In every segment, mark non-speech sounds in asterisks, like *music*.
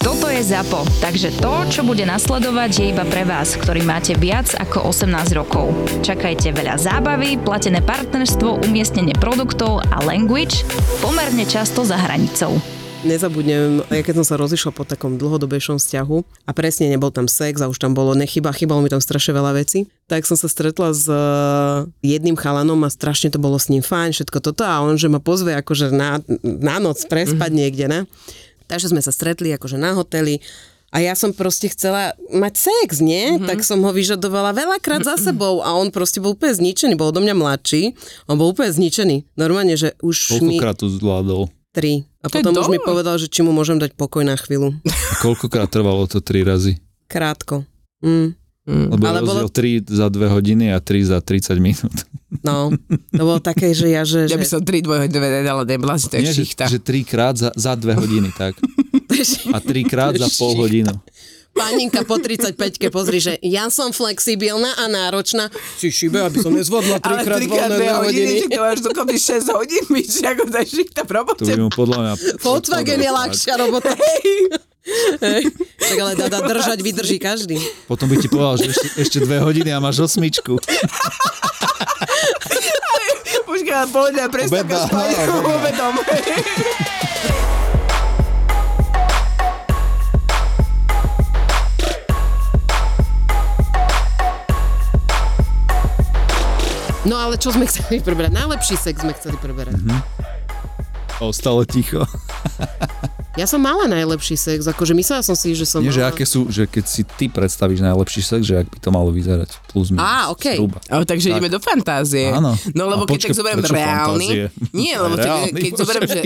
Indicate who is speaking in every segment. Speaker 1: Toto je ZAPO, takže to, čo bude nasledovať, je iba pre vás, ktorý máte viac ako 18 rokov. Čakajte veľa zábavy, platené partnerstvo, umiestnenie produktov a language pomerne často za hranicou.
Speaker 2: Nezabudnem, ja keď som sa rozišla po takom dlhodobejšom vzťahu a presne nebol tam sex a už tam bolo nechyba, chýbalo mi tam strašne veľa vecí, tak som sa stretla s eh, jedným chalanom a strašne to bolo s ním fajn, všetko toto a on, že ma pozve akože na, na noc prespať niekde, ne? Takže sme sa stretli akože na hoteli a ja som proste chcela mať sex, nie? Mm-hmm. Tak som ho vyžadovala veľakrát za sebou a on proste bol úplne zničený, bol odo mňa mladší, on bol úplne zničený. Normálne, že už mi
Speaker 3: Koľkokrát to zvládol?
Speaker 2: tri. A
Speaker 4: To je
Speaker 2: potom už mi
Speaker 4: dosť.
Speaker 2: povedal, že či mu môžem dať pokoj na
Speaker 4: *laughs*
Speaker 2: chvíľu.
Speaker 3: A koľkokrát trvalo to tri razy?
Speaker 2: Krátko. Mm,
Speaker 3: Lebo
Speaker 2: Ale
Speaker 3: Ale
Speaker 2: bolo-
Speaker 3: rozdiel bolo... 3 za 2 hodiny a 3 za 30 minút.
Speaker 2: no, to bolo také, že ja, že...
Speaker 4: Ja by
Speaker 2: že...
Speaker 4: som tri dvojho dve nedala, neblázni, to je
Speaker 3: Nie, že,
Speaker 4: šichta.
Speaker 3: že 3 krát za, za 2 hodiny, tak. A 3 krát za pol hodinu.
Speaker 2: Páninka po 35-ke pozri, že ja som flexibilná a náročná. Si šibe, aby som nezvodla
Speaker 4: Ale
Speaker 2: trikrát
Speaker 4: trikrát
Speaker 2: voľné
Speaker 4: dve
Speaker 2: dve hodiny.
Speaker 4: hodiny, že to máš dokopy 6 hodín, my že ako tá šichta v
Speaker 3: To
Speaker 4: robote.
Speaker 3: by mu podľa mňa...
Speaker 2: Volkswagen je ľahšia robota. Hej. Tak ale dada držať vydrží každý.
Speaker 3: Potom by ti povedal, že ešte, ešte 2 hodiny a máš osmičku.
Speaker 4: Počkaj, ale pohodne,
Speaker 3: Obeda,
Speaker 4: prestávka spať
Speaker 3: áno, obeda.
Speaker 4: obedom.
Speaker 2: No ale čo sme chceli preberať? Najlepší sex sme chceli preberať.
Speaker 3: Ostalo ticho.
Speaker 2: Ja som mala najlepší sex, akože myslela som si, že som
Speaker 3: Nie, že
Speaker 2: mala...
Speaker 3: aké sú, že keď si ty predstavíš najlepší sex, že ak by to malo vyzerať plus minus.
Speaker 2: Á, okej.
Speaker 3: zhruba.
Speaker 4: O, takže
Speaker 3: Tak.
Speaker 4: ideme do fantázie.
Speaker 3: Áno.
Speaker 4: No
Speaker 3: A
Speaker 4: lebo keď
Speaker 3: počkaj,
Speaker 4: tak zoberiem
Speaker 3: prečo
Speaker 4: reálny...
Speaker 3: fantázie?
Speaker 4: Nie, lebo tak,
Speaker 3: Reálny
Speaker 4: keď
Speaker 3: môže
Speaker 4: zoberiem, že...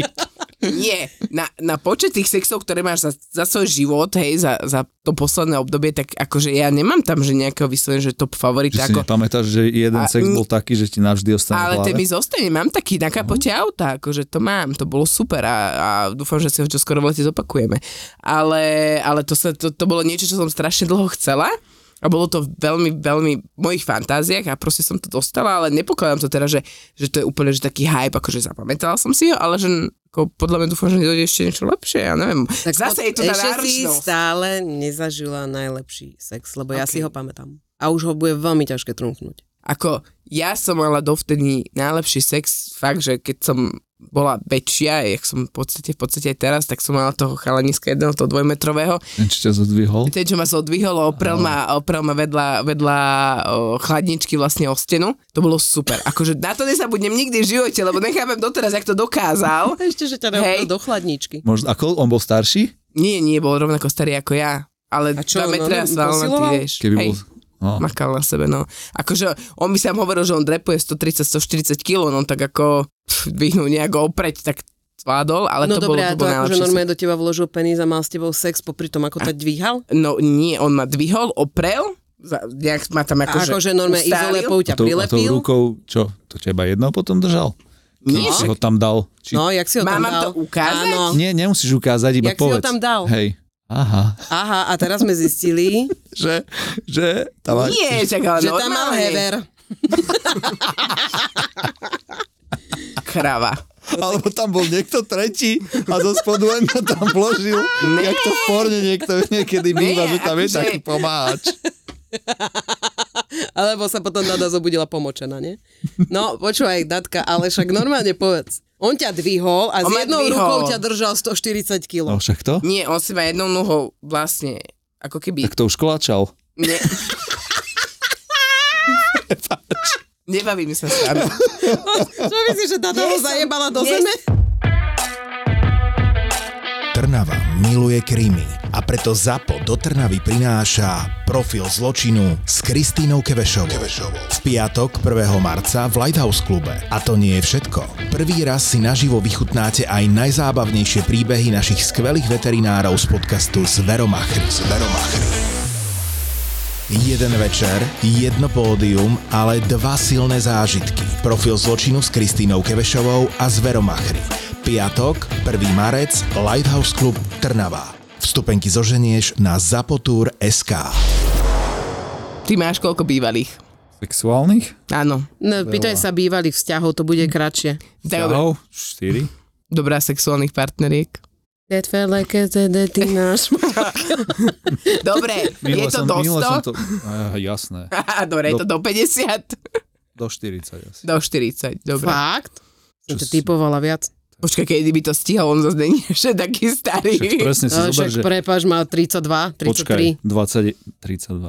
Speaker 4: Nie, na, na počet tých sexov, ktoré máš za, za svoj život, hej, za, za to posledné obdobie, tak akože ja nemám tam, že nejakého vyslovene, že top
Speaker 3: Že
Speaker 4: favorita,
Speaker 3: si
Speaker 4: ako
Speaker 3: nepamätáš, že jeden
Speaker 4: A-
Speaker 3: sex bol taký, že ti navždy ostane v
Speaker 4: Ale
Speaker 3: hlave?
Speaker 4: ten mi zostane, mám taký na kapote auta, akože to mám, to bolo super a, a dúfam, že si ho čo skoro v lete zopakujeme. Ale, ale to, sa, to, to bolo niečo, čo som strašne dlho chcela a bolo to veľmi, veľmi v mojich fantáziách a proste som to dostala, ale nepokladám to teraz, že, že to je úplne že taký hype, akože zapamätala som si ho, ale že ako podľa mňa dúfam, že nedojde ešte niečo lepšie, ja neviem. Tak Zase je to
Speaker 2: ešte
Speaker 4: tá
Speaker 2: si
Speaker 4: náročnosť.
Speaker 2: stále nezažila najlepší sex, lebo ja
Speaker 4: Ok.
Speaker 2: si ho pamätám. A už ho bude veľmi ťažké trúfnuť.
Speaker 4: Ako ja som mala dovtedy najlepší sex, fakt, že keď som bola väčšia, jak som v podstate, v podstate aj teraz, tak som mala toho chalaniska jedného, toho dvojmetrového.
Speaker 3: Ten, čo ťa zodvihol?
Speaker 4: Ten, čo ma sa odvihol, a oprel ma, a oprel ma vedľa, vedľa o, chladničky vlastne o stenu. To bolo super. Akože na to nezabudnem nikdy v živote, lebo nechápem doteraz, jak to dokázal.
Speaker 2: Ešte, že ťa
Speaker 4: Hej.
Speaker 2: neopral do chladničky.
Speaker 3: Možno, ako on bol starší?
Speaker 4: Nie, nie, bol rovnako starý ako ja. Ale
Speaker 2: A čo,
Speaker 4: dva
Speaker 2: no, no,
Speaker 4: metre a svalnatý,
Speaker 2: posiloval?
Speaker 4: vieš.
Speaker 3: Keby
Speaker 4: Hej.
Speaker 3: bol... No.
Speaker 4: makal na sebe, no. Akože on by sám hovoril, že on drepuje 130-140 kg, no tak ako pff, vyhnúť nejako opreť, tak zvládol, ale
Speaker 2: no
Speaker 4: to
Speaker 2: dobre,
Speaker 4: bolo,
Speaker 2: a
Speaker 4: to
Speaker 2: to
Speaker 4: bol
Speaker 2: akože
Speaker 4: najlepší
Speaker 2: normálne do teba vložil penis a mal s tebou sex popri tom, ako ťa dvíhal?
Speaker 4: sex. No nie, on ma dvihol, oprel, za, nejak ma tam
Speaker 2: A
Speaker 4: akože,
Speaker 2: akože normálne
Speaker 4: ustálil.
Speaker 2: izolepou
Speaker 3: A
Speaker 2: ťa
Speaker 3: tou, a tou
Speaker 2: prilepil?
Speaker 3: rukou, čo? To teba jedno potom držal?
Speaker 4: Nie,
Speaker 3: Keď si
Speaker 4: však-
Speaker 3: ho tam dal? Či...
Speaker 2: No, jak si ho tam
Speaker 4: Mám vám
Speaker 2: dal?
Speaker 4: to ukázať?
Speaker 2: Áno.
Speaker 3: Nie, nemusíš ukázať, iba
Speaker 2: Jak si ho
Speaker 3: povedz.
Speaker 2: tam dal?
Speaker 3: Hej. Aha.
Speaker 2: Aha, a teraz sme
Speaker 4: *laughs*
Speaker 2: zistili,
Speaker 3: Že, že... Tam aj-
Speaker 4: nie, čak, ale
Speaker 2: že tam mal
Speaker 4: normálne.
Speaker 2: hever.
Speaker 4: Krava.
Speaker 3: Alebo tam bol niekto tretí a zo spodu len to tam vložil. Jak to v porne niekto niekedy býva,
Speaker 4: Nie,
Speaker 3: že tam je
Speaker 4: akože-
Speaker 3: taký pomáč.
Speaker 2: Alebo sa potom Dada zobudila pomočená, nie? No, počúvaj, Datka, ale však normálne povedz. On ťa dvihol a s
Speaker 4: On ma
Speaker 2: jednou
Speaker 4: dvihol.
Speaker 2: rukou ťa držal 140 kg.
Speaker 3: No však to?
Speaker 4: Nie, on si ma jednou nohou vlastne, ako keby...
Speaker 3: Tak to už klačal.
Speaker 4: Ne... Nebavím sa s vami.
Speaker 2: Čo myslíš, že Dada ho zajebala do
Speaker 4: nie
Speaker 2: zeme?
Speaker 5: Trnava miluje krimi a preto ZAPO do Trnavy prináša profil zločinu s Kristínou Kevešovou. V piatok 1. marca v Lighthouse klube. A to nie je všetko. Prvý raz si naživo vychutnáte aj najzábavnejšie príbehy našich skvelých veterinárov z podcastu Zveromachry. Zveromachry.
Speaker 6: Jeden večer, jedno pódium, ale dva silné zážitky. Profil zločinu s Kristínou Kevešovou a s Veromachry. Piatok, 1. marec, Lighthouse Club Trnava. Vstupenky zoženieš na zapotur.sk
Speaker 4: Ty máš koľko bývalých?
Speaker 3: Sexuálnych?
Speaker 4: Áno.
Speaker 2: No, pýtaj sa bývalých vzťahov, to bude kratšie.
Speaker 4: Tak, Dobre,
Speaker 3: Vzťahov? Štyri?
Speaker 4: dobrá sexuálnych partneriek.
Speaker 2: That felt like a that ty náš.
Speaker 3: *laughs*
Speaker 2: *laughs*
Speaker 4: Dobre, je to
Speaker 3: som,
Speaker 4: do
Speaker 3: minule
Speaker 2: no?
Speaker 3: som
Speaker 4: 100?
Speaker 3: to... Á, jasné.
Speaker 4: Á, *laughs* Dobre, je to do 50?
Speaker 3: Do 40 asi.
Speaker 4: Do 40, dobre.
Speaker 2: Fakt? Som to
Speaker 3: si-
Speaker 2: typovala viac.
Speaker 4: Počkaj, kedy by to stihol, on zase není *laughs* ešte taký starý.
Speaker 3: Však presne si
Speaker 2: Ale
Speaker 3: zober,
Speaker 2: No, však
Speaker 3: že...
Speaker 2: prepáč, mal 32, 33.
Speaker 3: Počkaj, 20,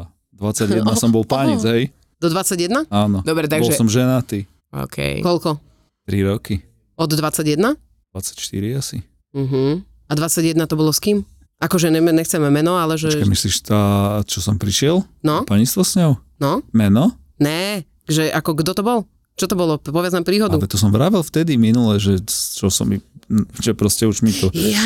Speaker 3: 32. 21 som bol pánec, hej?
Speaker 2: Do 21?
Speaker 3: Áno. Bol
Speaker 4: Dobre, takže...
Speaker 3: som ženatý.
Speaker 4: OK.
Speaker 2: Koľko?
Speaker 3: 3 roky.
Speaker 2: Od 21?
Speaker 3: 24 asi.
Speaker 2: Uh-huh. A 21 to bolo s kým? Akože ne, nechceme meno, ale že...
Speaker 3: Počkaj, myslíš tá, čo som prišiel?
Speaker 2: No,
Speaker 3: Panistvo s ňou?
Speaker 2: no,
Speaker 3: Meno?
Speaker 2: ne, že ako kto to bol? Čo to bolo? Povedz nám príhodu.
Speaker 3: Ale to som vravel vtedy minule, že čo som mi, že proste už mi to... Hej,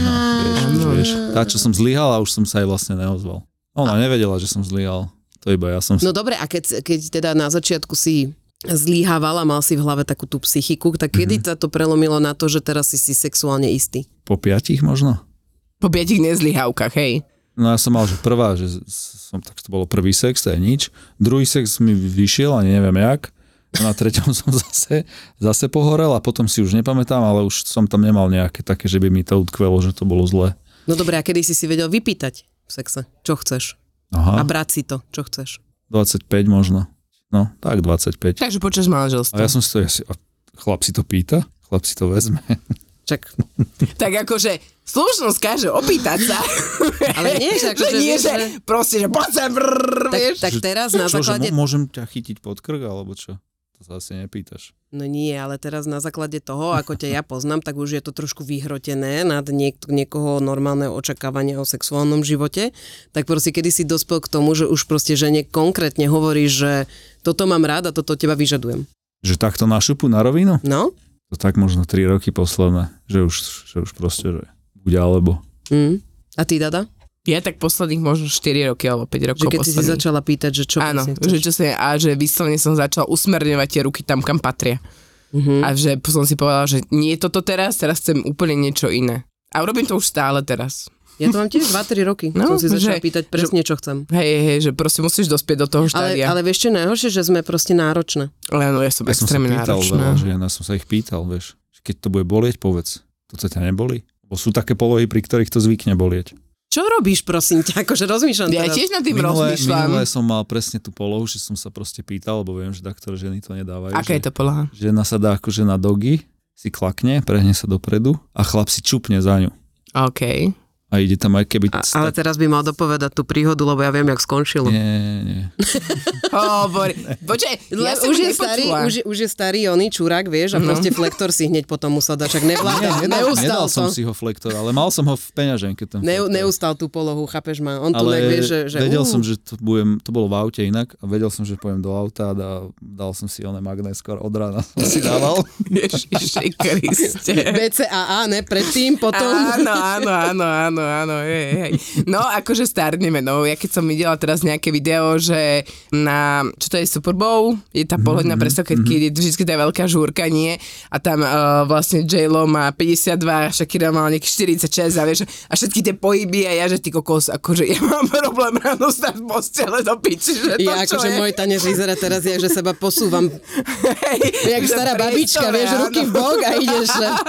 Speaker 3: no, vieš, už vieš. Tá, čo som zlyhal a už som sa aj vlastne neozval. Ona nevedela, že som zlyhal. To iba ja som...
Speaker 2: No dobre, a keď, keď teda na začiatku si zlíhavala, mal si v hlave takú tú psychiku, tak
Speaker 3: Mhm.
Speaker 2: kedy mm-hmm. ťa to prelomilo na to, že teraz si si sexuálne istý?
Speaker 3: Po piatich možno?
Speaker 4: Po piatich nezlyhávkach, hej.
Speaker 3: No ja som mal, že prvá, že s- som, tak to bolo prvý sex, to je nič. Druhý sex mi vyšiel, ani neviem jak. A na treťom *laughs* som zase, zase pohorel a potom si už nepamätám, ale už som tam nemal nejaké také, že by mi to utkvelo, že to bolo zlé.
Speaker 2: No dobre, a kedy si si vedel vypýtať v sexe, čo chceš? A
Speaker 3: Aha,
Speaker 2: brať si to, čo chceš?
Speaker 3: 25 možno. No, tak 25.
Speaker 4: Takže počas manželstva.
Speaker 3: A ja som si to, ja si, a chlap si to pýta? Chlap si to vezme.
Speaker 2: Čak,
Speaker 4: Tak akože slušnosť káže opýtať sa.
Speaker 2: *laughs* Ale nie, že akože
Speaker 4: nie,
Speaker 2: vieš,
Speaker 4: *laughs* že
Speaker 2: že-
Speaker 4: proste, že poď sem, brrr,
Speaker 2: tak,
Speaker 4: vieš.
Speaker 2: tak teraz *laughs* na
Speaker 3: Čo, No že no?
Speaker 2: základe...
Speaker 3: mô- môžem ťa chytiť pod krk, alebo čo? To sa asi nepýtaš.
Speaker 2: No nie, ale teraz na základe toho, ako ťa ja poznám, tak už je to trošku vyhrotené nad niek- niekoho normálneho očakávania o sexuálnom živote. Tak proste kedy si dospel k tomu, že už proste žene konkrétne hovorí, že toto mám rád a toto od teba vyžadujem.
Speaker 3: Že takto na šupu, na rovinu?
Speaker 2: No?
Speaker 3: To tak možno 3 roky posledné, že už, že už proste, že buď alebo.
Speaker 2: Mm. A ty, Dada?
Speaker 4: Ja tak posledných možno 4 roky alebo 5
Speaker 2: Že
Speaker 4: rokov
Speaker 2: keď si si
Speaker 4: posledných.
Speaker 2: začala pýtať, že čo
Speaker 4: Áno,
Speaker 2: presne
Speaker 4: že
Speaker 2: chceš.
Speaker 4: čo sa, a že vyslovene som začal usmerňovať tie ruky tam, kam patria. A že som si povedala, že nie je toto teraz, teraz chcem úplne niečo iné. A robím to už stále teraz.
Speaker 2: Ja to mám tiež 2-3 roky. No,
Speaker 4: No,
Speaker 2: som si začala
Speaker 4: že-
Speaker 2: pýtať presne, čo chcem.
Speaker 4: Hej, hej, hej, že proste musíš dospieť do toho
Speaker 2: Ale,
Speaker 4: štádia.
Speaker 2: ale vieš čo je najhoršie, že sme proste náročné.
Speaker 4: ale áno, ja som
Speaker 3: Ja som sa
Speaker 4: extrémne
Speaker 3: pýtal
Speaker 4: náročná.
Speaker 3: veľa žien, ja som sa ich pýtal, vieš. že Keď to bude bolieť, povedz. Toto ťa neboli? Bo sú také polohy, pri ktorých to zvykne bolieť.
Speaker 2: Čo robíš, prosím ťa? *laughs* Akože rozmýšľam
Speaker 4: Ja
Speaker 2: teraz.
Speaker 4: tiež nad tým
Speaker 3: Minulé,
Speaker 4: rozmýšľam.
Speaker 3: minulé som mal presne tú polohu, že som sa proste pýtal, lebo viem, že ktoré ženy to nedávajú.
Speaker 4: Aká je
Speaker 3: že
Speaker 4: to poloha?
Speaker 3: Žena sa dá akože na dogy, si klakne, prehne sa dopredu a chlap si čupne za ňu.
Speaker 4: OK.
Speaker 3: A ide tam aj keby...
Speaker 2: A, ale teraz by mal dopovedať tú príhodu, lebo ja viem, jak skončilo.
Speaker 3: Nie, nie,
Speaker 4: *laughs*
Speaker 3: nie.
Speaker 4: Hovor. Počkaj, ja
Speaker 2: Ja
Speaker 4: som
Speaker 2: už, je
Speaker 4: nepočula.
Speaker 2: starý, už, je- už je starý oný čurák, vieš, a proste flektor si hneď potom musel dať, však nevláda, neustal
Speaker 3: Nedal
Speaker 2: to.
Speaker 3: som si ho flektor, ale mal som ho v peňaženke. Ten
Speaker 2: Ne,
Speaker 3: flektor.
Speaker 2: neustal tú polohu, chápeš ma? On tu
Speaker 3: ale
Speaker 2: nejak vie, že... uh, že
Speaker 3: vedel
Speaker 2: ú,
Speaker 3: som, že to, budem, to bolo v aute inak a vedel som, že pojem do auta a dá, dal som si oné magné skôr od rána *laughs* som si
Speaker 4: *laughs*
Speaker 3: dával.
Speaker 4: *laughs* Ježiši Kriste.
Speaker 2: *laughs* BCAA, ne? Predtým, potom...
Speaker 4: Áno, áno, áno, áno, áno, hej, hej. No, akože starneme, no, ja keď som videla teraz nejaké video, že na, čo to je Super Bowl, je tá pohľadná mm-hmm, predstavka, keď je vždy tá veľká žúrka, nie, a tam uh, vlastne J-Lo má 52, Shakira mal nejaký 46 a vieš, a všetky tie pohyby a ja, že ty kokos, akože ja mám *laughs* problém ráno stať v postele do piči, že to
Speaker 2: Ja
Speaker 4: čo
Speaker 2: akože
Speaker 4: je. *laughs*
Speaker 2: môj tanec vyzerá teraz, je, že seba posúvam. Jak
Speaker 4: že
Speaker 2: stará babička,
Speaker 4: priestore,
Speaker 2: vieš,
Speaker 4: áno.
Speaker 2: ruky v bok a ideš. že-
Speaker 4: *laughs*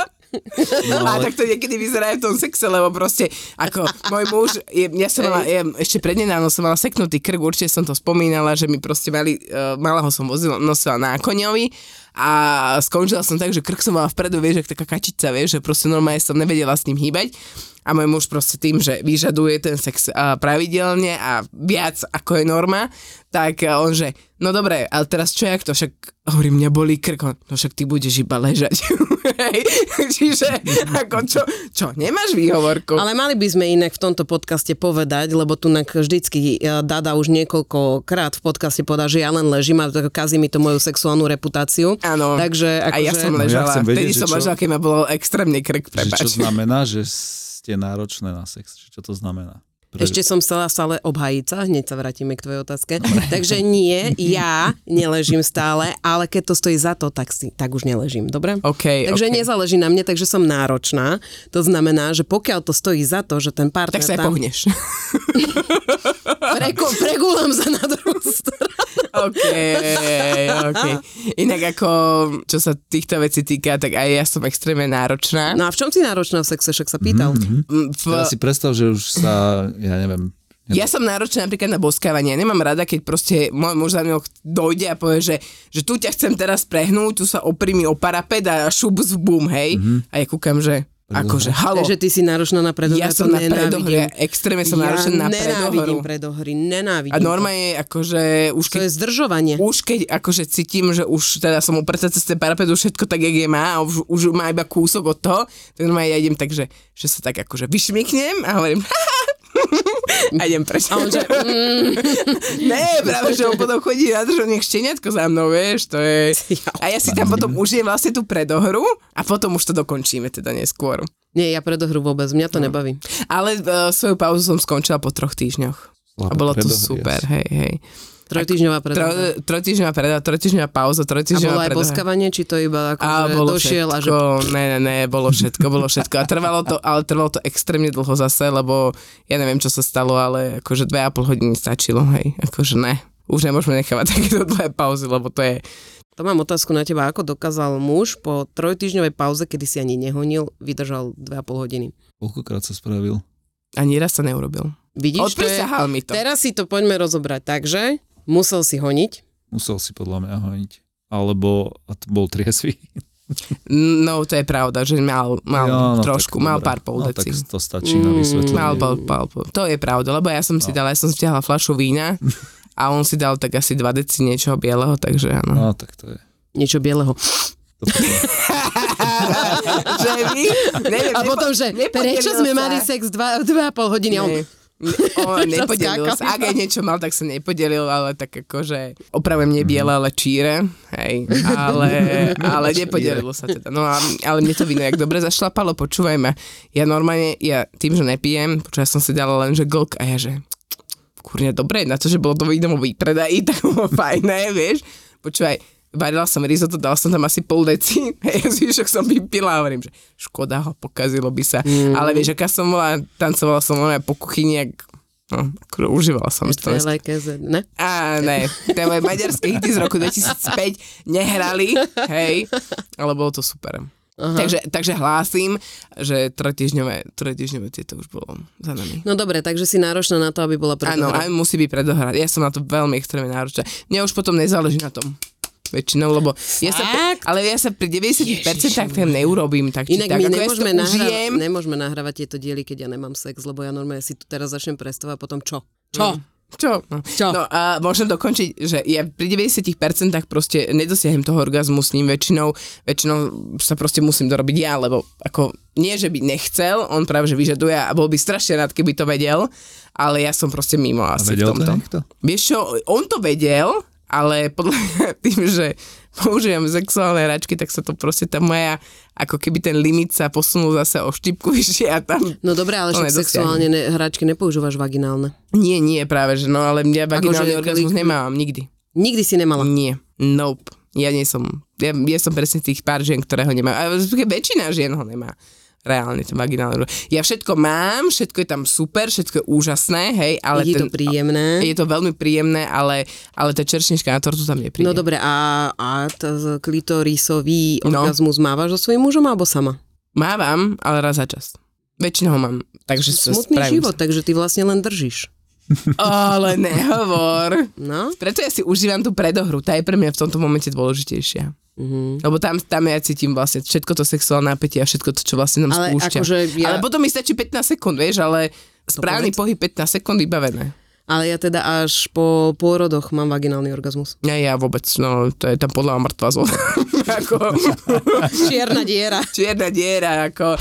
Speaker 4: No, ale... A tak to niekedy vyzerá aj v tom sexe, lebo proste, ako môj muž, je, ja som mala, ja, ešte prednedávno som mala seknutý krk, určite som to spomínala, že mi proste mali, uh, malého som vozila, nosila na koniovi a skončila som tak, že krk som mala vpredu, vieš, jak taká kačica, vieš, že proste normálne som nevedela s ním hýbať. A môj muž proste tým, že vyžaduje ten sex uh, pravidelne a viac ako je norma, tak uh, on že, no dobre, ale teraz čo, jak to, však hovorím, mňa bolí krk, On, no však ty budeš iba ležať. *laughs* Hej. Čiže ako čo, čo, nemáš výhovorku?
Speaker 2: Ale
Speaker 4: Ale...
Speaker 2: mali by sme inak v tomto podcaste povedať, lebo tu nak vždycky e, Dada už niekoľkokrát v podcaste podá, že ja len ležím a to kazí mi to moju sexuálnu reputáciu.
Speaker 4: Áno,
Speaker 2: Takže
Speaker 4: a ja
Speaker 2: akože-
Speaker 4: som
Speaker 3: No ja
Speaker 4: ležala,
Speaker 3: chcem
Speaker 4: ja
Speaker 3: vedieť,
Speaker 4: vtedy
Speaker 3: že
Speaker 4: som
Speaker 3: čo-
Speaker 4: ležala, keď ma bolo extrémne krk,
Speaker 3: Že čo
Speaker 4: prepáč.
Speaker 3: znamená, že ste náročné na sex? Že Čo to znamená? Pre-
Speaker 2: Ešte som chcela stále obhajiť sa, hneď sa vrátime k tvojej otázke. *laughs* Takže nie, ja neležím stále, ale keď to stojí za to, tak, si, tak už neležím, dobre?
Speaker 4: OK,
Speaker 2: takže
Speaker 4: OK.
Speaker 2: nezáleží na mne, takže som náročná. To znamená, že pokiaľ to stojí za to, že ten partner
Speaker 4: Tak sa aj
Speaker 2: tam...
Speaker 4: pohneš. *laughs*
Speaker 2: Preko, pregúlam sa na druhú stranu.
Speaker 4: OK, OK. Inak ako, čo sa týchto vecí týka, tak aj ja som extrémne náročná.
Speaker 2: No a v čom si náročná v sexe, však sa pýtal. Mm-hmm.
Speaker 4: V,
Speaker 3: Teraz si predstav, že už sa, ja neviem,
Speaker 4: ja som náročná napríklad na boskávanie. Ja nemám rada, keď proste môj muž za mnou dojde a povie, že, že tu ťa chcem teraz prehnúť, tu sa oprimi o parapet a šup z bum, hej.
Speaker 3: Mhm.
Speaker 4: A ja kúkam, že akože, halo.
Speaker 2: Takže ty si náročná na predohru.
Speaker 4: Ja
Speaker 2: to
Speaker 4: som na
Speaker 2: nenávidím.
Speaker 4: predohre, extrémne som náročná na
Speaker 2: nenávidím
Speaker 4: predohru.
Speaker 2: predohry, nenávidím.
Speaker 4: A normálne je akože už
Speaker 2: to. To
Speaker 4: keď
Speaker 2: je zdržovanie.
Speaker 4: už keď akože cítim, že už teda som upretá cez ten parapet, už všetko tak, jak je má a už, už má iba kúsok od toho, tak normálne ja idem tak, že, že sa tak akože vyšmiknem a hovorím a idem preč. A on že, "Mm." ne, práve, že on potom chodí na držo, nech šteniatko za mnou, vieš, to je... A ja si tam potom užijem vlastne tú predohru a potom už to dokončíme teda neskôr.
Speaker 2: Nie, ja predohru vôbec, mňa
Speaker 4: No.
Speaker 2: to nebaví.
Speaker 4: Ale uh, svoju pauzu som skončila po troch týždňoch. A bolo to
Speaker 3: predohry,
Speaker 4: super, hej, hej.
Speaker 2: Trojtýždňová predohra.
Speaker 4: Tro, trojtýždňová predohra, trojtýždňová
Speaker 2: A
Speaker 4: pauza,
Speaker 2: bolo
Speaker 4: trojtýždňová
Speaker 2: aj
Speaker 4: predohra.
Speaker 2: boskávanie, či to iba ako,
Speaker 4: A
Speaker 2: že
Speaker 4: bolo
Speaker 2: došiel a
Speaker 4: všetko,
Speaker 2: že...
Speaker 4: ne, ne, ne, bolo všetko, bolo všetko. A trvalo to, ale trvalo to extrémne dlho zase, lebo ja neviem, čo sa stalo, ale akože dve a pol hodiny stačilo, hej, akože ne. Už nemôžeme nechávať *laughs* takéto dlhé pauzy, lebo to je...
Speaker 2: To mám otázku na teba, ako dokázal muž po trojtýždňovej pauze, kedy si ani nehonil, vydržal 2,5 hodiny.
Speaker 3: koľkokrát sa spravil.
Speaker 4: Ani raz sa neurobil.
Speaker 2: Vidíš, to je...
Speaker 4: Odprisahal mi to.
Speaker 2: Teraz si to poďme rozobrať. Takže musel si honiť.
Speaker 3: Musel si podľa mňa honiť. Alebo a t- bol triezvy.
Speaker 4: No, to je pravda, že mal,
Speaker 3: *laughs*
Speaker 4: mal
Speaker 3: Jo,
Speaker 4: no,
Speaker 3: no,
Speaker 4: trošku,
Speaker 3: tak
Speaker 4: mal
Speaker 3: dobre.
Speaker 4: pár pol
Speaker 3: No, tak
Speaker 4: deci.
Speaker 3: to stačí
Speaker 2: Mm,
Speaker 3: na vysvetlenie.
Speaker 4: Mal pol, pol, pol. To je pravda, lebo ja som si
Speaker 3: No.
Speaker 4: dala, ja som stiahla fľašu vína
Speaker 3: *laughs*
Speaker 4: a on si dal tak asi 2 deci niečoho bieleho, takže áno.
Speaker 3: No, tak to je.
Speaker 2: Niečo bieleho.
Speaker 3: To potom-
Speaker 4: *laughs* že vy,
Speaker 2: *laughs*
Speaker 4: neviem,
Speaker 2: A
Speaker 4: nepo-
Speaker 2: potom, že
Speaker 4: nepodelil
Speaker 2: prečo sme
Speaker 4: sa.
Speaker 2: mali sex 2,5 hodiny? A on,
Speaker 4: Nie. On
Speaker 2: Čo
Speaker 4: nepodelil
Speaker 2: skákal?
Speaker 4: sa. Ak aj niečo mal, tak sa nepodelil, ale tak akože opravujem nie biele, ale číre. Hej, ale, ale nepodelilo sa teda. No a, ale mne to víno jak dobre zašlapalo, počúvaj ma. Ja normálne, ja tým, že nepijem, počúvaj, som si dala len, že glk a ja, že kurňa, dobre, na to, že bolo to víno vo výpredaji, *laughs* tak bolo fajné, vieš. Počúvaj, varila som risotto, dala som tam asi pol deci, *laughs* hej, zvyšok som vypila a hovorím, že škoda ho, pokazilo by sa. Mm. Ale vieš, aká som bola, tancovala som len po kuchyni, ak, no, akože užívala som si to.
Speaker 2: to je like as a- ne?
Speaker 4: Á, ne, tie moje maďarské hity z roku 2005 nehrali, hej, ale bolo to super. Takže, takže hlásim, že trojtyžňové, trojtyžňové tieto už bolo za nami.
Speaker 2: No dobre, takže si náročná na to, aby bola
Speaker 4: Áno,
Speaker 2: predohra.
Speaker 4: aj musí byť predohrať. Ja som na to veľmi extrémne náročná. Mne už potom nezáleží na tom väčšinou, lebo ja sa, pri- ale ja sa pri 90% tak neurobím tak, či
Speaker 2: Inak
Speaker 4: tak,
Speaker 2: my
Speaker 4: ako ja si to
Speaker 2: nemôžeme,
Speaker 4: užijem.
Speaker 2: nahráva- nemôžeme nahrávať tieto diely, keď ja nemám sex, lebo ja normálne si tu teraz začnem predstavovať potom čo? Čo?
Speaker 4: Čo? No.
Speaker 2: Čo?
Speaker 4: No a môžem dokončiť, že ja pri 90% proste nedosiahnem toho orgazmu s ním väčšinou, väčšinou sa proste musím dorobiť ja, lebo ako nie, že by nechcel, on práve že vyžaduje a bol by strašne rád, keby to vedel, ale ja som proste mimo asi
Speaker 3: vedel to
Speaker 4: v tomto.
Speaker 3: niekto?
Speaker 4: Vieš čo, on to vedel, ale podľa mňa *laughs* tým, že používam sexuálne račky, tak sa to proste tá moja, ako keby ten limit sa posunul zase o štipku *laughs* vyššie a tam...
Speaker 2: No dobre, ale
Speaker 4: to
Speaker 2: však
Speaker 4: nedosiahnem.
Speaker 2: sexuálne ne, hračky nepoužívaš vaginálne.
Speaker 4: Nie, nie, práve, že no, ale mňa vaginálny
Speaker 2: Akože
Speaker 4: orgazmus
Speaker 2: klik-
Speaker 4: nemám nikdy.
Speaker 2: Nikdy si nemala.
Speaker 4: Nie, nope. Ja nie som, ja, ja som presne tých pár žien, ktoré ho nemá. A väčšina žien ho nemá. Reálne, ten vaginálny orgazmus. Ja všetko mám, všetko je tam super, všetko je úžasné, hej, ale
Speaker 2: je
Speaker 4: ten,
Speaker 2: to príjemné.
Speaker 4: je to veľmi príjemné, ale, ale tá čeršnička na tortu tam nepríde.
Speaker 2: No dobre, a, a t- klitorisový
Speaker 4: No.
Speaker 2: orgazmus mávaš so svojím mužom alebo sama?
Speaker 4: Mávam, ale raz za čas. Väčšinou ho mám, takže sa
Speaker 2: Smutný
Speaker 4: spravím
Speaker 2: život, takže ty vlastne len držíš.
Speaker 4: Sa. *laughs* Ale nehovor.
Speaker 2: No,
Speaker 4: Preto ja si užívam tú predohru, tá je pre mňa v tomto momente dôležitejšia.
Speaker 2: Mhm.
Speaker 4: Mm-hmm. Lebo tam, tam ja cítim vlastne všetko to sexuálne napätie a všetko to, čo vlastne nám
Speaker 2: Ale
Speaker 4: spúšťa.
Speaker 2: akože ja-
Speaker 4: Ale potom mi stačí 15 sekúnd, vieš, ale správny pohyb 15 sekúnd vybavené.
Speaker 2: ale ja teda až po pôrodoch mám vaginálny orgazmus.
Speaker 4: Ja, ja vôbec, no to je tam podľa mňa mŕtva zóna. *laughs* ako,
Speaker 2: Čierna diera.
Speaker 4: čierna diera, ako...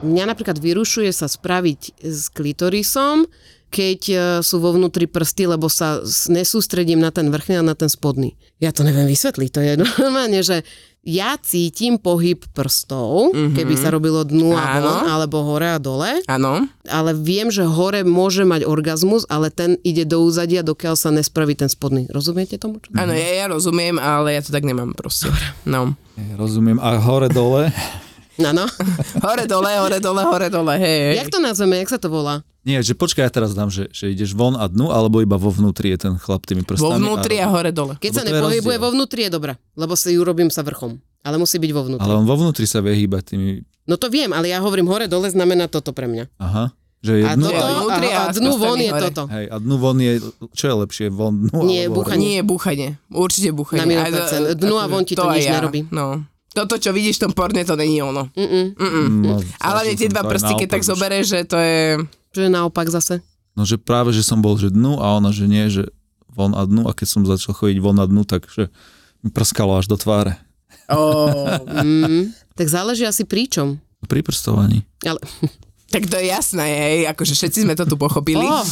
Speaker 2: Mňa napríklad vyrušuje sa spraviť s klitorisom, keď e, sú vo vnútri prsty, lebo sa s- nesústredím na ten vrchný a na ten spodný. Ja to neviem vysvetliť, to je *laughs* normálne, že ja cítim pohyb prstov, mm-hmm. keby sa robilo dnu a
Speaker 4: Mhm. Áno.
Speaker 2: von, alebo hore a dole,
Speaker 4: Áno.
Speaker 2: ale viem, že hore môže mať orgazmus, ale ten ide do úzadia, dokiaľ sa nespraví ten spodný. Rozumiete tomu? Čo?
Speaker 4: Áno, ja, ja rozumiem, ale ja to tak nemám proste. No.
Speaker 3: Rozumiem. A hore, dole?
Speaker 2: Áno.
Speaker 4: Hore, dole, hore, dole, hore, dole, hej. hej.
Speaker 2: No, Jak to nazveme, jak sa to volá?
Speaker 3: Nie, že počkaj, ja teraz dám, že, že ideš von a dnu, alebo iba vo vnútri je ten chlap tými prstami.
Speaker 4: Vo vnútri a hore, dole.
Speaker 2: Keď
Speaker 3: Lebo
Speaker 2: sa
Speaker 3: to je
Speaker 2: nepohybuje
Speaker 3: rozdiel.
Speaker 2: vo vnútri, je dobrá, lebo si ju robím sa vrchom. Ale musí byť vo vnútri.
Speaker 3: Ale on vo vnútri sa vie hýbať tými...
Speaker 2: No to viem, ale ja hovorím hore, dole znamená toto pre mňa.
Speaker 3: Aha. Že je
Speaker 2: A
Speaker 3: dnu,
Speaker 2: toto,
Speaker 4: aj
Speaker 2: a,
Speaker 4: vnútri
Speaker 2: a
Speaker 4: a
Speaker 2: dnu von
Speaker 4: sprostený
Speaker 2: je
Speaker 4: hore.
Speaker 2: toto.
Speaker 3: Hej, a dnu von je... Čo je lepšie? Von dnu
Speaker 2: Nie,
Speaker 3: alebo
Speaker 2: búchanie.
Speaker 4: Nie, búchanie. Určite
Speaker 2: Na
Speaker 4: búchanie.
Speaker 2: milión
Speaker 4: Aj to-
Speaker 2: percent. Dnu a von ti to
Speaker 4: aj
Speaker 2: nič nerobí. Mm.
Speaker 4: No. Toto, čo vidíš v tom porne, to není ono.
Speaker 2: Mm-mm.
Speaker 3: No,
Speaker 4: Hm. Ale hlavne tie
Speaker 3: som
Speaker 4: dva
Speaker 3: to aj
Speaker 4: prsty, keď
Speaker 3: naopak
Speaker 4: tak
Speaker 3: už.
Speaker 4: zoberieš, že to je...
Speaker 2: Čo je naopak zase?
Speaker 3: No, že práve, že som bol, že dnu a ona, že nie, že von a dnu. A keď som začal chodiť von a dnu, tak že mi prskalo až do tváre.
Speaker 4: Oh.
Speaker 2: Mm. Tak záleží asi pričom.
Speaker 3: Pri prstovaní.
Speaker 2: Ale...
Speaker 4: *laughs*
Speaker 2: *laughs*
Speaker 4: Tak to je jasné, hej, akože všetci sme to tu pochopili.
Speaker 2: Oh,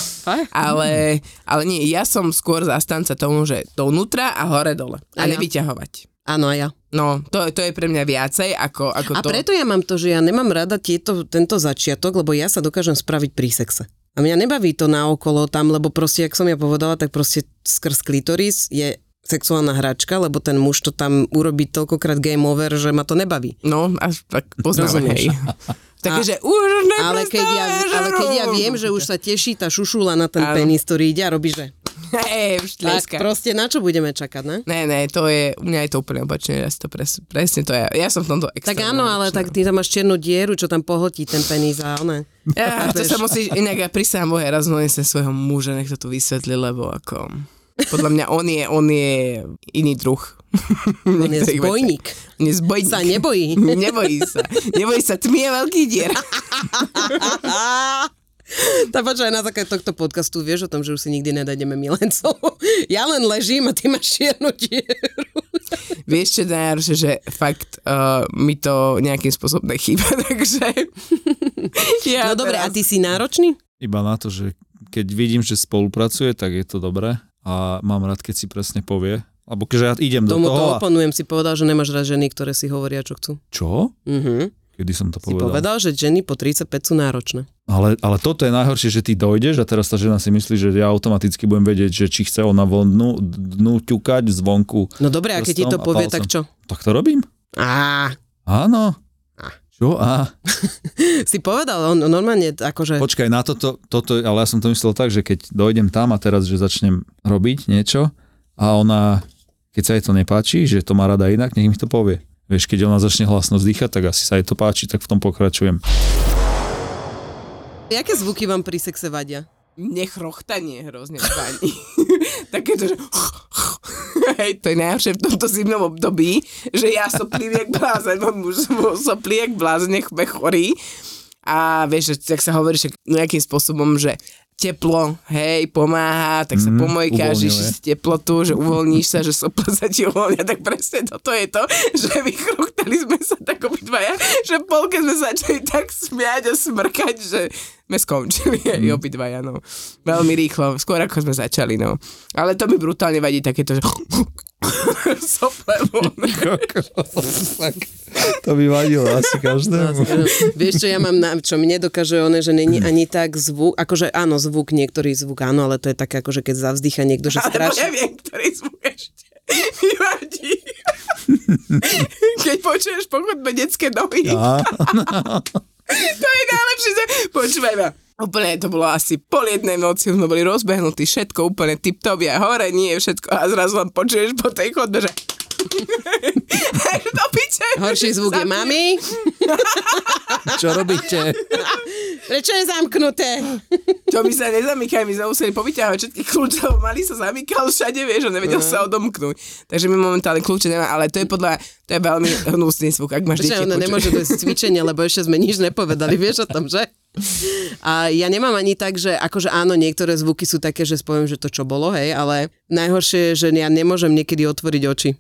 Speaker 4: Ale, ale nie, ja som skôr zastanca tomu, že dovnútra a hore dole. A
Speaker 2: Áno.
Speaker 4: nevyťahovať.
Speaker 2: áno, a ja.
Speaker 4: No, to, to je pre mňa viacej ako, ako
Speaker 2: A
Speaker 4: to.
Speaker 2: preto ja mám to, že ja nemám rada tieto, tento začiatok, lebo ja sa dokážem spraviť pri sexe. A mňa nebaví to naokolo tam, lebo proste, jak som ja povedala, tak proste skrz klitoris je sexuálna hračka, lebo ten muž to tam urobí toľkokrát game over, že ma to nebaví.
Speaker 4: No, až tak poznám,
Speaker 2: Rozumieš.
Speaker 3: *laughs*
Speaker 4: hej. Takže, že už
Speaker 2: Ale keď, ja, ale keď ja viem, že už sa teší tá šušula na ten
Speaker 4: Áno.
Speaker 2: penis, ktorý ide a robí, že
Speaker 4: *laughs* Hej, už
Speaker 2: tak
Speaker 4: tleska.
Speaker 2: proste na čo budeme čakať, ne?
Speaker 4: Ne, ne, to je, u mňa je to úplne opačne, ja si to pres, presne to ja, ja som v tomto extra.
Speaker 2: Tak áno, ale
Speaker 4: no.
Speaker 2: tak ty tam máš čiernu dieru, čo tam pohltí ten penis a one.
Speaker 4: *laughs* Ja, to sa musíš, inak ja prisahám Bohe, raz sa svojho muža, nech to tu vysvetli, lebo ako... Podľa mňa on je, on je iný druh.
Speaker 2: *laughs* On je zbojník.
Speaker 4: On je zbojník.
Speaker 2: Sa nebojí.
Speaker 4: *laughs* Nebojí sa. Nebojí sa, tmy je veľký
Speaker 2: *laughs*
Speaker 4: dier.
Speaker 2: Tá počkaj, na základe tohto podcastu vieš o tom, že už si nikdy nedajdeme milencov. *laughs* Ja len ležím a ty máš čiernu dieru.
Speaker 4: Vieš čo, najhoršie, že fakt uh, mi to nejakým spôsobom nechýba, *laughs* takže... ja
Speaker 2: No dobre, a
Speaker 4: teraz-
Speaker 2: ty si náročný?
Speaker 3: Iba na to, že keď vidím, že spolupracuje, tak je to dobré. A mám rád, keď si presne povie. Alebo keďže ja idem do
Speaker 2: Tomu
Speaker 3: toho
Speaker 2: to
Speaker 3: a...
Speaker 2: oponujem, si povedal, že nemáš rád ženy, ktoré si hovoria, čo chcú.
Speaker 3: Čo?
Speaker 2: Mhm.
Speaker 3: Kedy som to
Speaker 2: Si
Speaker 3: povedal?
Speaker 2: povedal, že ženy po 35 sú náročné.
Speaker 3: Ale, ale toto je najhoršie, že ty dojdeš a teraz tá žena si myslí, že ja automaticky budem vedieť, že či chce ona von dnu, dnu ťukať zvonku.
Speaker 2: No dobre, a keď ti
Speaker 3: Prstom
Speaker 2: to
Speaker 3: a
Speaker 2: povie,
Speaker 3: palcom.
Speaker 2: tak čo?
Speaker 3: Tak to robím.
Speaker 2: Á,
Speaker 3: Áno. Ah. Čo? A
Speaker 2: si povedal, on normálne akože...
Speaker 3: počkaj, na toto, toto, ale ja som to myslel tak, že keď dojdem tam a teraz, že začnem robiť niečo a ona, keď sa jej to nepáči, že to má rada inak, nech mi to povie. Vieš, keď ona začne hlasno vzdychať, tak asi sa jej to páči, tak v tom *laughs* pokračujem.
Speaker 2: Jaké zvuky vám pri sexe vadia?
Speaker 4: nechrochtanie hrozne v bani. *laughs* Také to, že... *laughs* Hej, to je najhoršie v tomto zimnom období, že ja soplím jak blázen, môj muž *laughs* soplí jak blázen, nech sme chorí. A vieš, že tak sa hovorí, že nejakým spôsobom, že teplo, hej, pomáha, tak sa
Speaker 3: Mhm,
Speaker 4: pomojkáš, že
Speaker 3: uvoľňuje.
Speaker 4: si teplotu, že uvoľníš sa, že sople *laughs* sa ti uvoľnia, tak presne toto je to, že vychruchtali sme sa tak obidvaja, že polke sme začali tak smiať a smrkať, že sme skončili *laughs* aj obidvaja, no. Veľmi rýchlo, skôr ako sme začali, no. Ale to mi brutálne vadí takéto, že *laughs* sople von.
Speaker 3: tak, to by vadilo asi každému.
Speaker 2: Vieš, čo ja mám, na, čo mne dokáže one, že není ani tak zvuk, akože áno, zvuk, niektorý zvuk, áno, ale to je také, akože keď zavzdycha niekto, že
Speaker 4: Alebo ja
Speaker 2: strašne.
Speaker 4: viem, ktorý zvuk ešte mi vadí. Keď počuješ pochodbe detské nohy.
Speaker 3: Á.
Speaker 4: to je najlepšie. za- Počúvaj ma. Úplne to bolo asi pol jednej noci, už sme boli rozbehnutí, všetko úplne tip-top, ja hore, nie, všetko a zrazu len počuješ po tej chodbe, že... *laughs* Do piče.
Speaker 2: Horší zvuk je mami,
Speaker 3: *laughs* Čo robíte?
Speaker 2: prečo je zamknuté?
Speaker 4: To my sa nezamykali, my sme museli povyťahovať všetky kľúče, lebo mali sa zamykal všade, vieš, on nevedel sa odomknúť. Takže my momentálne kľúče nemáme, ale to je podľa, to je veľmi hnusný zvuk, ak máš deti.
Speaker 2: Prečo ona
Speaker 4: počuj.
Speaker 2: nemôže dojsť cvičenie, lebo ešte sme nič nepovedali, vieš o tom, že? A ja nemám ani tak, že akože áno, niektoré zvuky sú také, že spoviem, že to čo bolo, hej, ale najhoršie je, že ja nemôžem niekedy otvoriť oči.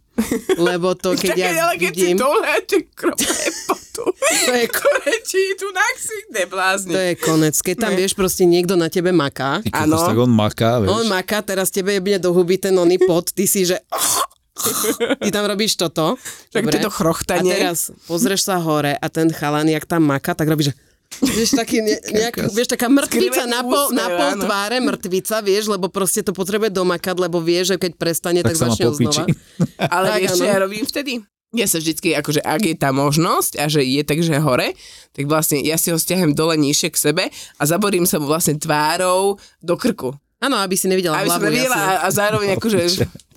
Speaker 2: Lebo to, keď
Speaker 4: Čakaj,
Speaker 2: ja
Speaker 4: ale keď
Speaker 2: vidím...
Speaker 4: si dole, tie *laughs* krople potu,
Speaker 2: To je-
Speaker 4: ktoré ti idú na ksich, neblázni.
Speaker 2: To je konec. Keď tam, vieš, proste niekto na tebe maká.
Speaker 3: Ty kokos,
Speaker 4: Áno.
Speaker 3: tak on maká, vieš.
Speaker 2: On maká, teraz tebe jebne do huby ten oný pot, ty si, že *laughs* Ty tam robíš toto.
Speaker 4: Tak
Speaker 2: dobre, A
Speaker 4: toto chrochtanie.
Speaker 2: teraz pozrieš sa hore a ten chalan, jak tam maka, tak robíš, že... Vieš, taký ne, nejak, vieš, taká mŕtvica
Speaker 4: Skrivený
Speaker 2: na pol, na
Speaker 4: úsmev,
Speaker 2: pol
Speaker 4: áno.
Speaker 2: tváre, mŕtvica, vieš, lebo proste to potrebuje domakať, lebo vie, že keď prestane, tak,
Speaker 3: Tak sa ma
Speaker 2: začne
Speaker 3: popíči.
Speaker 2: znova.
Speaker 4: Ale
Speaker 2: Tak,
Speaker 4: vieš, čo
Speaker 2: áno.
Speaker 4: ja robím vtedy? Ja sa vždycky, akože ak je tá možnosť a že je takže hore, tak vlastne ja si ho stiahnem dole nižšie k sebe a zaborím sa mu vlastne tvárou do krku.
Speaker 2: Áno, aby si nevidela
Speaker 4: Aby som
Speaker 2: hlavu,
Speaker 4: vedela
Speaker 2: jasné.
Speaker 4: a, a
Speaker 2: *laughs*
Speaker 4: zároveň akože...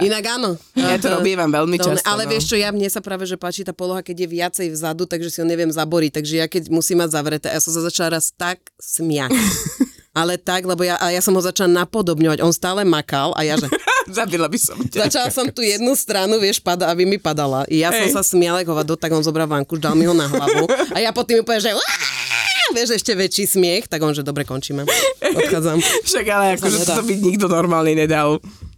Speaker 2: Inak áno.
Speaker 4: Ja to robievam veľmi
Speaker 2: To-
Speaker 4: často.
Speaker 2: Ale
Speaker 4: no.
Speaker 2: vieš čo, ja mne sa práve, že páči tá poloha, keď je viacej vzadu, takže si ho neviem zaboriť. Takže ja keď musím mať zavreté, ja som sa začala raz tak
Speaker 4: *laughs*
Speaker 2: smiať. Ale tak, lebo ja, a ja som ho začala napodobňovať. On stále makal a ja,
Speaker 4: *laughs*
Speaker 2: že
Speaker 4: *laughs* Zabila by som ťa.
Speaker 2: začala som tu jednu stranu, vieš, pada, aby mi padala. I ja som sa smiala, ako vado, tak on zobral vanku, dal mi ho na hlavu. A ja potom mi poviem, že "Uááá!" vieš, ešte väčší smiech, tak on, že dobre, končíme. Odchádzam.
Speaker 4: Však ale akože
Speaker 2: nedá.
Speaker 4: to by nikto normálne nedal.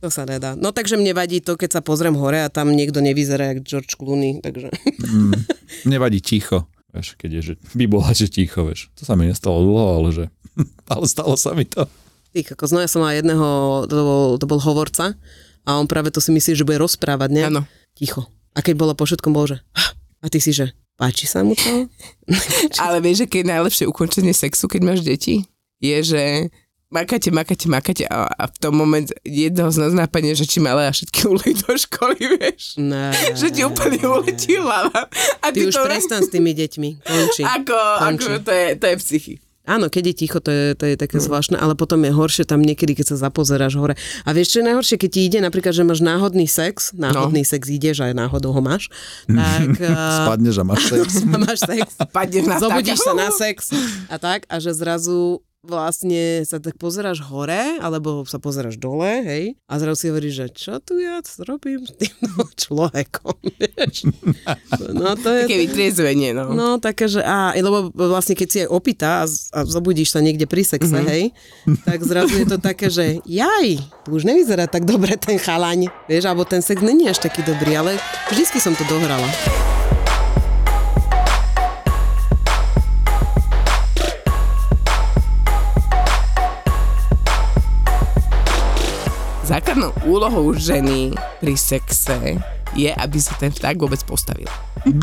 Speaker 2: To sa nedá. No takže mne vadí to, keď sa pozriem hore a tam niekto nevyzerá jak George Clooney,
Speaker 4: *laughs*
Speaker 2: takže...
Speaker 3: Nevadí ticho. Vieš, keď je, že by bola, že ticho, vieš. To sa mi nestalo dlho, ale že... *laughs* Ale stalo sa mi to.
Speaker 2: Ty kokos, no ja som mala jedného, to bol, to bol hovorca a on práve to si myslí, že bude rozprávať, ne?
Speaker 4: Áno.
Speaker 2: Ticho. A keď bolo po všetkom, bol, že *gasps* "Ah." a ty si, že páči sa mu to?
Speaker 4: Ale vieš, že keď je najlepšie ukončenie sexu, keď máš deti, je, že makáte, makáte, makáte a, a v tom moment jedného z nás napadne, že či malé a všetky *laughs* ulejú do školy, vieš.
Speaker 2: Ne.
Speaker 4: *laughs* Že ti úplne uletí hlava. A
Speaker 2: Ty
Speaker 4: ty,
Speaker 2: už
Speaker 4: to
Speaker 2: prestan s tými deťmi. Končí.
Speaker 4: Ako,
Speaker 2: Končí.
Speaker 4: ako to, je, to je psychy.
Speaker 2: Áno, keď je ticho, to je, to je také zvláštne, ale potom je horšie tam niekedy, keď sa zapozeráš hore. A vieš, čo je najhoršie, keď ti ide napríklad, že máš náhodný sex, náhodný no. sex ideš a náhodou ho máš,
Speaker 4: Mhm. *laughs*
Speaker 2: tak... eh,
Speaker 3: Spadneš a *laughs* máš sex.
Speaker 2: a *laughs* máš sex.
Speaker 4: Padneš
Speaker 2: *laughs*
Speaker 4: na
Speaker 2: Zobudíš
Speaker 4: tak.
Speaker 2: sa na sex a tak, a že zrazu vlastne sa tak pozeráš hore, alebo sa pozeráš dole, hej, a zrazu si hovoríš, že čo tu ja robím s týmto *laughs* človekom, vieš. No to je...
Speaker 4: Také vytriezvenie, no.
Speaker 2: No, také, že a, lebo vlastne keď si aj opýta a, z- a zobudíš sa niekde pri sexe, mm-hmm. hej, tak zrazu je to také, že jaj, tu už nevyzerá tak dobre ten chalaň, vieš, alebo ten sex není až taký dobrý, ale vždycky som to dohrala.
Speaker 4: Základnou úlohou ženy pri sexe je, aby sa ten vták vôbec postavil.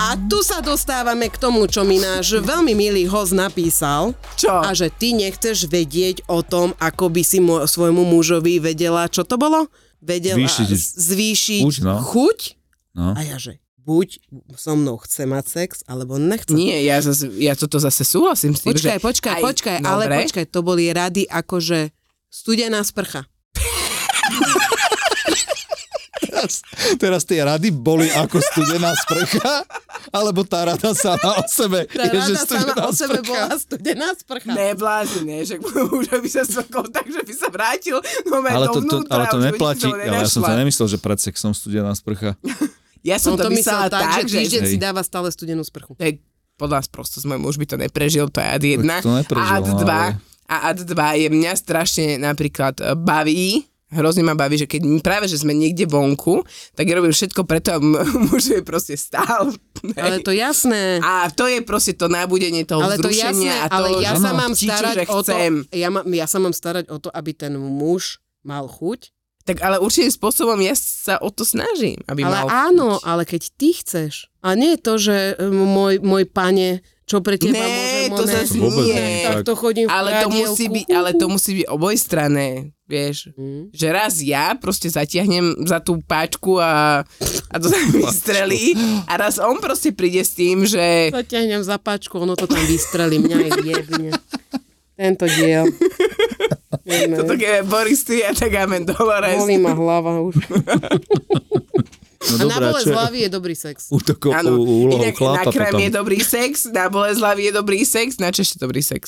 Speaker 2: A tu sa dostávame k tomu, čo mi náš veľmi milý host napísal.
Speaker 4: Čo?
Speaker 2: A že ty nechceš vedieť o tom, ako by si mo- svojmu mužovi vedela, čo to bolo? Vedela
Speaker 3: Zvýšiť-
Speaker 2: z- zvýšiť
Speaker 3: chuť, no.
Speaker 2: chuť?
Speaker 3: No.
Speaker 2: A ja že buď so mnou chce mať sex, alebo nechce.
Speaker 4: Nie, ja, zase, ja toto zase súhlasím s tým,
Speaker 2: počkaj,
Speaker 4: že...
Speaker 2: počkaj,
Speaker 4: Aj,
Speaker 2: počkaj, ale
Speaker 4: dobre.
Speaker 2: počkaj, to boli rady akože studená sprcha.
Speaker 7: Teraz, teraz tie rady boli ako studená sprcha, alebo tá rada sama o sebe.
Speaker 2: Tá
Speaker 7: je, že
Speaker 2: rada sama
Speaker 7: studená
Speaker 2: o sebe
Speaker 7: sprcha.
Speaker 2: bola studená sprcha.
Speaker 4: Ne, blázni, ne, že *laughs* už by sa svokol tak, že by sa vrátil moment
Speaker 3: Ale to, to,
Speaker 4: dovnútra,
Speaker 3: ale to
Speaker 4: už by
Speaker 3: neplatí.
Speaker 4: som
Speaker 3: Ale ja som to
Speaker 4: nenašla.
Speaker 3: nemyslel, že pred sexom studená sprcha.
Speaker 4: Ja
Speaker 2: On
Speaker 4: som to,
Speaker 2: No to myslel tak, tak, že týždeň
Speaker 4: že...
Speaker 2: si dáva stále studenú sprchu.
Speaker 4: To je podľa nás prosto, môj muž by to neprežil, to je ad jedna.
Speaker 3: to neprežil,
Speaker 4: a ad
Speaker 3: no,
Speaker 4: dva,
Speaker 3: ale-
Speaker 4: a ad dva je mňa strašne napríklad e, baví, hrozne ma baví, že keď my práve, že sme niekde vonku, tak ja robím všetko preto, aby m- *laughs* muž je proste stál.
Speaker 2: Ale to jasné.
Speaker 4: A to je proste to nábudenie toho
Speaker 2: ale to jasné,
Speaker 4: vzrušenia a to,
Speaker 2: ale ja
Speaker 4: že-
Speaker 2: sa mám
Speaker 4: Čiču,
Speaker 2: starať
Speaker 4: že
Speaker 2: o to,
Speaker 4: chcem.
Speaker 2: ja, ma, ja sa mám starať o to, aby ten muž mal chuť.
Speaker 4: Tak ale určitým spôsobom ja sa o to snažím, aby
Speaker 2: ale
Speaker 4: mal
Speaker 2: áno,
Speaker 4: chuť.
Speaker 2: ale keď ty chceš. A nie je to, že um, môj, môj pane, čo pre teba
Speaker 4: Ne,
Speaker 2: môžem,
Speaker 4: to
Speaker 2: oné,
Speaker 4: zase
Speaker 3: Vôbec nie.
Speaker 4: nie.
Speaker 2: tak to chodím v
Speaker 4: Ale to,
Speaker 2: pradielku.
Speaker 4: musí byť, ale to musí byť obojstrané, vieš.
Speaker 2: Mm.
Speaker 4: Že raz ja proste zatiahnem za tú páčku a, a
Speaker 3: *laughs*
Speaker 4: to sa mi vystrelí a raz on proste príde s tým, že
Speaker 2: Zaťahnem za páčku, ono to tam vystrelí, mňa je jedne. Tento diel.
Speaker 4: toto keď je Boris ty a tak amen Dolores.
Speaker 2: Bolí ma hlava už.
Speaker 3: No
Speaker 2: A na
Speaker 3: dobré,
Speaker 2: bolesť
Speaker 3: čo je
Speaker 2: hlavy je dobrý sex.
Speaker 3: útokov,
Speaker 4: Áno,
Speaker 3: úlohou
Speaker 4: inak na
Speaker 3: chlapa
Speaker 4: krém
Speaker 3: potom.
Speaker 4: je dobrý sex, na bolesť hlavy je dobrý sex, na čo ešte dobrý sex?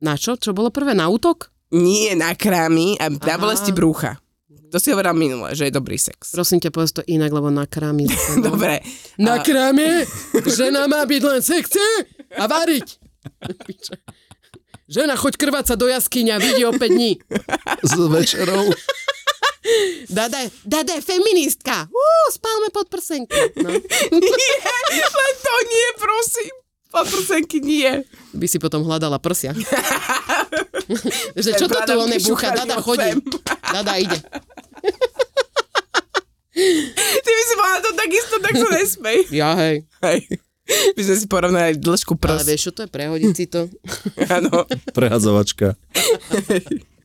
Speaker 2: Na čo? Čo bolo prvé? Na útok?
Speaker 4: Nie na krámy a na
Speaker 2: Aha.
Speaker 4: bolesti brúcha. To si hovoril minule, že je dobrý sex.
Speaker 2: Prosím ťa, povedz to inak, lebo na
Speaker 4: *laughs*
Speaker 2: krámi.
Speaker 4: Dobre.
Speaker 2: Na
Speaker 4: A-
Speaker 2: krame žena má byť len sekce a variť. Piče. Žena, choď krvať sa do jaskyňa, vidí o 5 dní.
Speaker 7: S večerou.
Speaker 2: Dada je, dada je feministka. Uú, spálme pod prsenky. No.
Speaker 4: Nie, len to nie, prosím. Paprsenky nie.
Speaker 2: By si potom hľadala prsia. že čo to tu
Speaker 4: Hľadám
Speaker 2: one búcha?
Speaker 4: prišuchaný
Speaker 2: Dada
Speaker 4: ocem.
Speaker 2: chodí. Dada ide.
Speaker 4: Ty by si mala takisto, tak sa nesmej.
Speaker 2: Ja hej.
Speaker 4: Hej. My sme si porovnali dĺžku
Speaker 2: Ale
Speaker 4: prst.
Speaker 2: vieš, čo to je? Prehodiť si to.
Speaker 4: Áno.
Speaker 8: Prehadzovačka.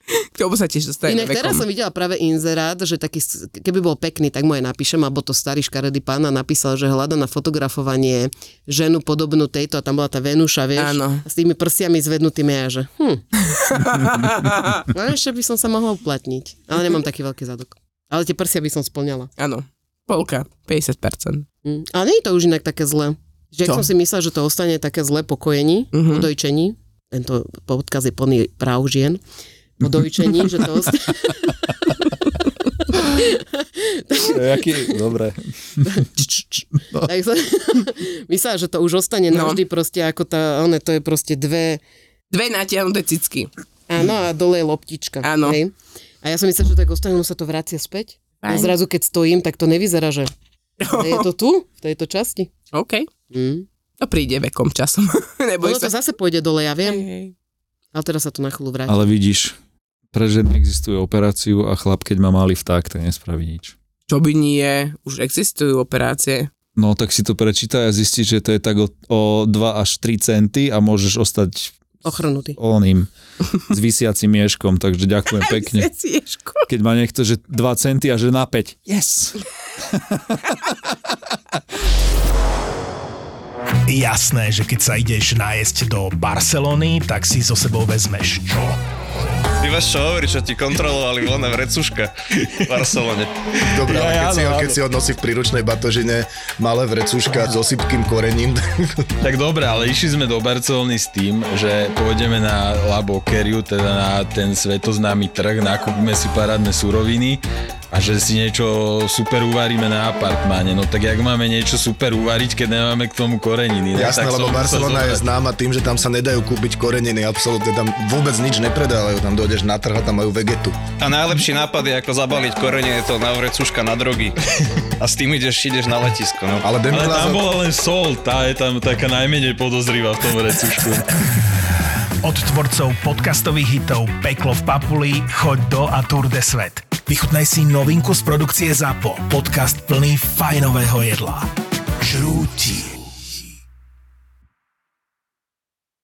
Speaker 4: K tomu sa tiež dostaneme
Speaker 2: Inak teraz
Speaker 4: vekom.
Speaker 2: som videla práve inzerát, že taký, s- keby bol pekný, tak moje napíšem, alebo to starý škaredý pán a napísal, že hľada na fotografovanie ženu podobnú tejto a tam bola tá Venúša, vieš,
Speaker 4: Áno.
Speaker 2: a s tými prsiami zvednutými a ja, že
Speaker 4: *laughs*
Speaker 2: hm. no ešte by som sa mohla uplatniť, ale nemám taký veľký zadok. Ale tie prsia by som splňala.
Speaker 4: Áno. Polka. 50%.
Speaker 2: Hm. Ale nie je to už inak také zlé. Že ak
Speaker 4: Čo?
Speaker 2: som si myslela, že to ostane také zlé pokojení,
Speaker 4: Mhm.
Speaker 2: mm-hmm. podojčení, tento podkaz je plný práv žien, podojčení, že
Speaker 4: *laughs*
Speaker 2: to ostane...
Speaker 8: Jaký? Dobre.
Speaker 2: Tak sa, *laughs* myslela, že to už ostane
Speaker 4: No.
Speaker 2: navždy proste ako tá, one, to je proste dve,
Speaker 4: Dve natiahnuté cicky.
Speaker 2: áno a dole je loptička.
Speaker 4: Áno.
Speaker 2: Hej? A ja som myslela, že tak ostane, no sa to vracia späť. A
Speaker 4: Fajn. No.
Speaker 2: zrazu, keď stojím, tak to nevyzerá, že ale je to tu, v tejto časti.
Speaker 4: OK.
Speaker 2: Mm.
Speaker 4: To príde vekom časom. *laughs* Neboj
Speaker 2: Ono
Speaker 4: sa.
Speaker 2: to zase pôjde dole, ja
Speaker 4: Hej,
Speaker 2: viem,
Speaker 4: hej.
Speaker 2: ale teraz sa to na chvíľu vráti.
Speaker 8: Ale vidíš, pre ženy existuje operáciu a chlap, keď má malý vták, tak nespraví nič.
Speaker 4: Čo by nie, už existujú operácie.
Speaker 8: No tak si to prečítaj a zistíš, že to je tak o, o 2 až 3 centy a môžeš ostať
Speaker 2: Ochrnutý.
Speaker 8: oným s vysiacim mieškom, takže ďakujem pekne.
Speaker 4: Sieško.
Speaker 8: Keď má niekto, že 2 centy a že na 5. Yes!
Speaker 9: Jasné, že keď sa ideš nájsť do Barcelony, tak si so sebou vezmeš čo?
Speaker 10: Ty máš čo hovoriť, čo ti kontrolovali von na vrecuška v Barcelone.
Speaker 5: Dobre, ale keď,
Speaker 3: no,
Speaker 5: si ho, keď si ho nosí v príručnej batožine malé vrecuška s osypkým
Speaker 10: *laughs*
Speaker 5: korením,
Speaker 3: Tak dobre, ale išli sme do Barcelony s tým, že pôjdeme na Labokeriu, teda na ten svetoznámy trh, nakúpime si parádne suroviny a že si niečo super uvaríme na apartmáne. No tak jak máme niečo super uvariť, keď nemáme k tomu koreniny? No,
Speaker 5: jasné,
Speaker 3: tak
Speaker 5: lebo
Speaker 3: som musel
Speaker 5: Barcelona je
Speaker 3: zobrať.
Speaker 5: známa tým, že tam sa nedajú kúpiť koreniny, absolútne tam vôbec nič nepredávajú, tam dojdeš na trh a tam majú vegetu.
Speaker 10: A najlepší nápad je ako zabaliť korene to na vrecuška na drogy. A s tým ideš, ideš na letisko. No.
Speaker 3: Ale
Speaker 5: Ale
Speaker 3: tam
Speaker 5: Demilázov,
Speaker 3: bola len sol, tá je tam taká najmenej podozrivá v tom vrecušku.
Speaker 9: Od tvorcov podcastových hitov Peklo v Papuli, Choď do a Tour de Svet. Vychutnaj si novinku z produkcie ZAPO. Podcast plný fajnového jedla. Žrúti.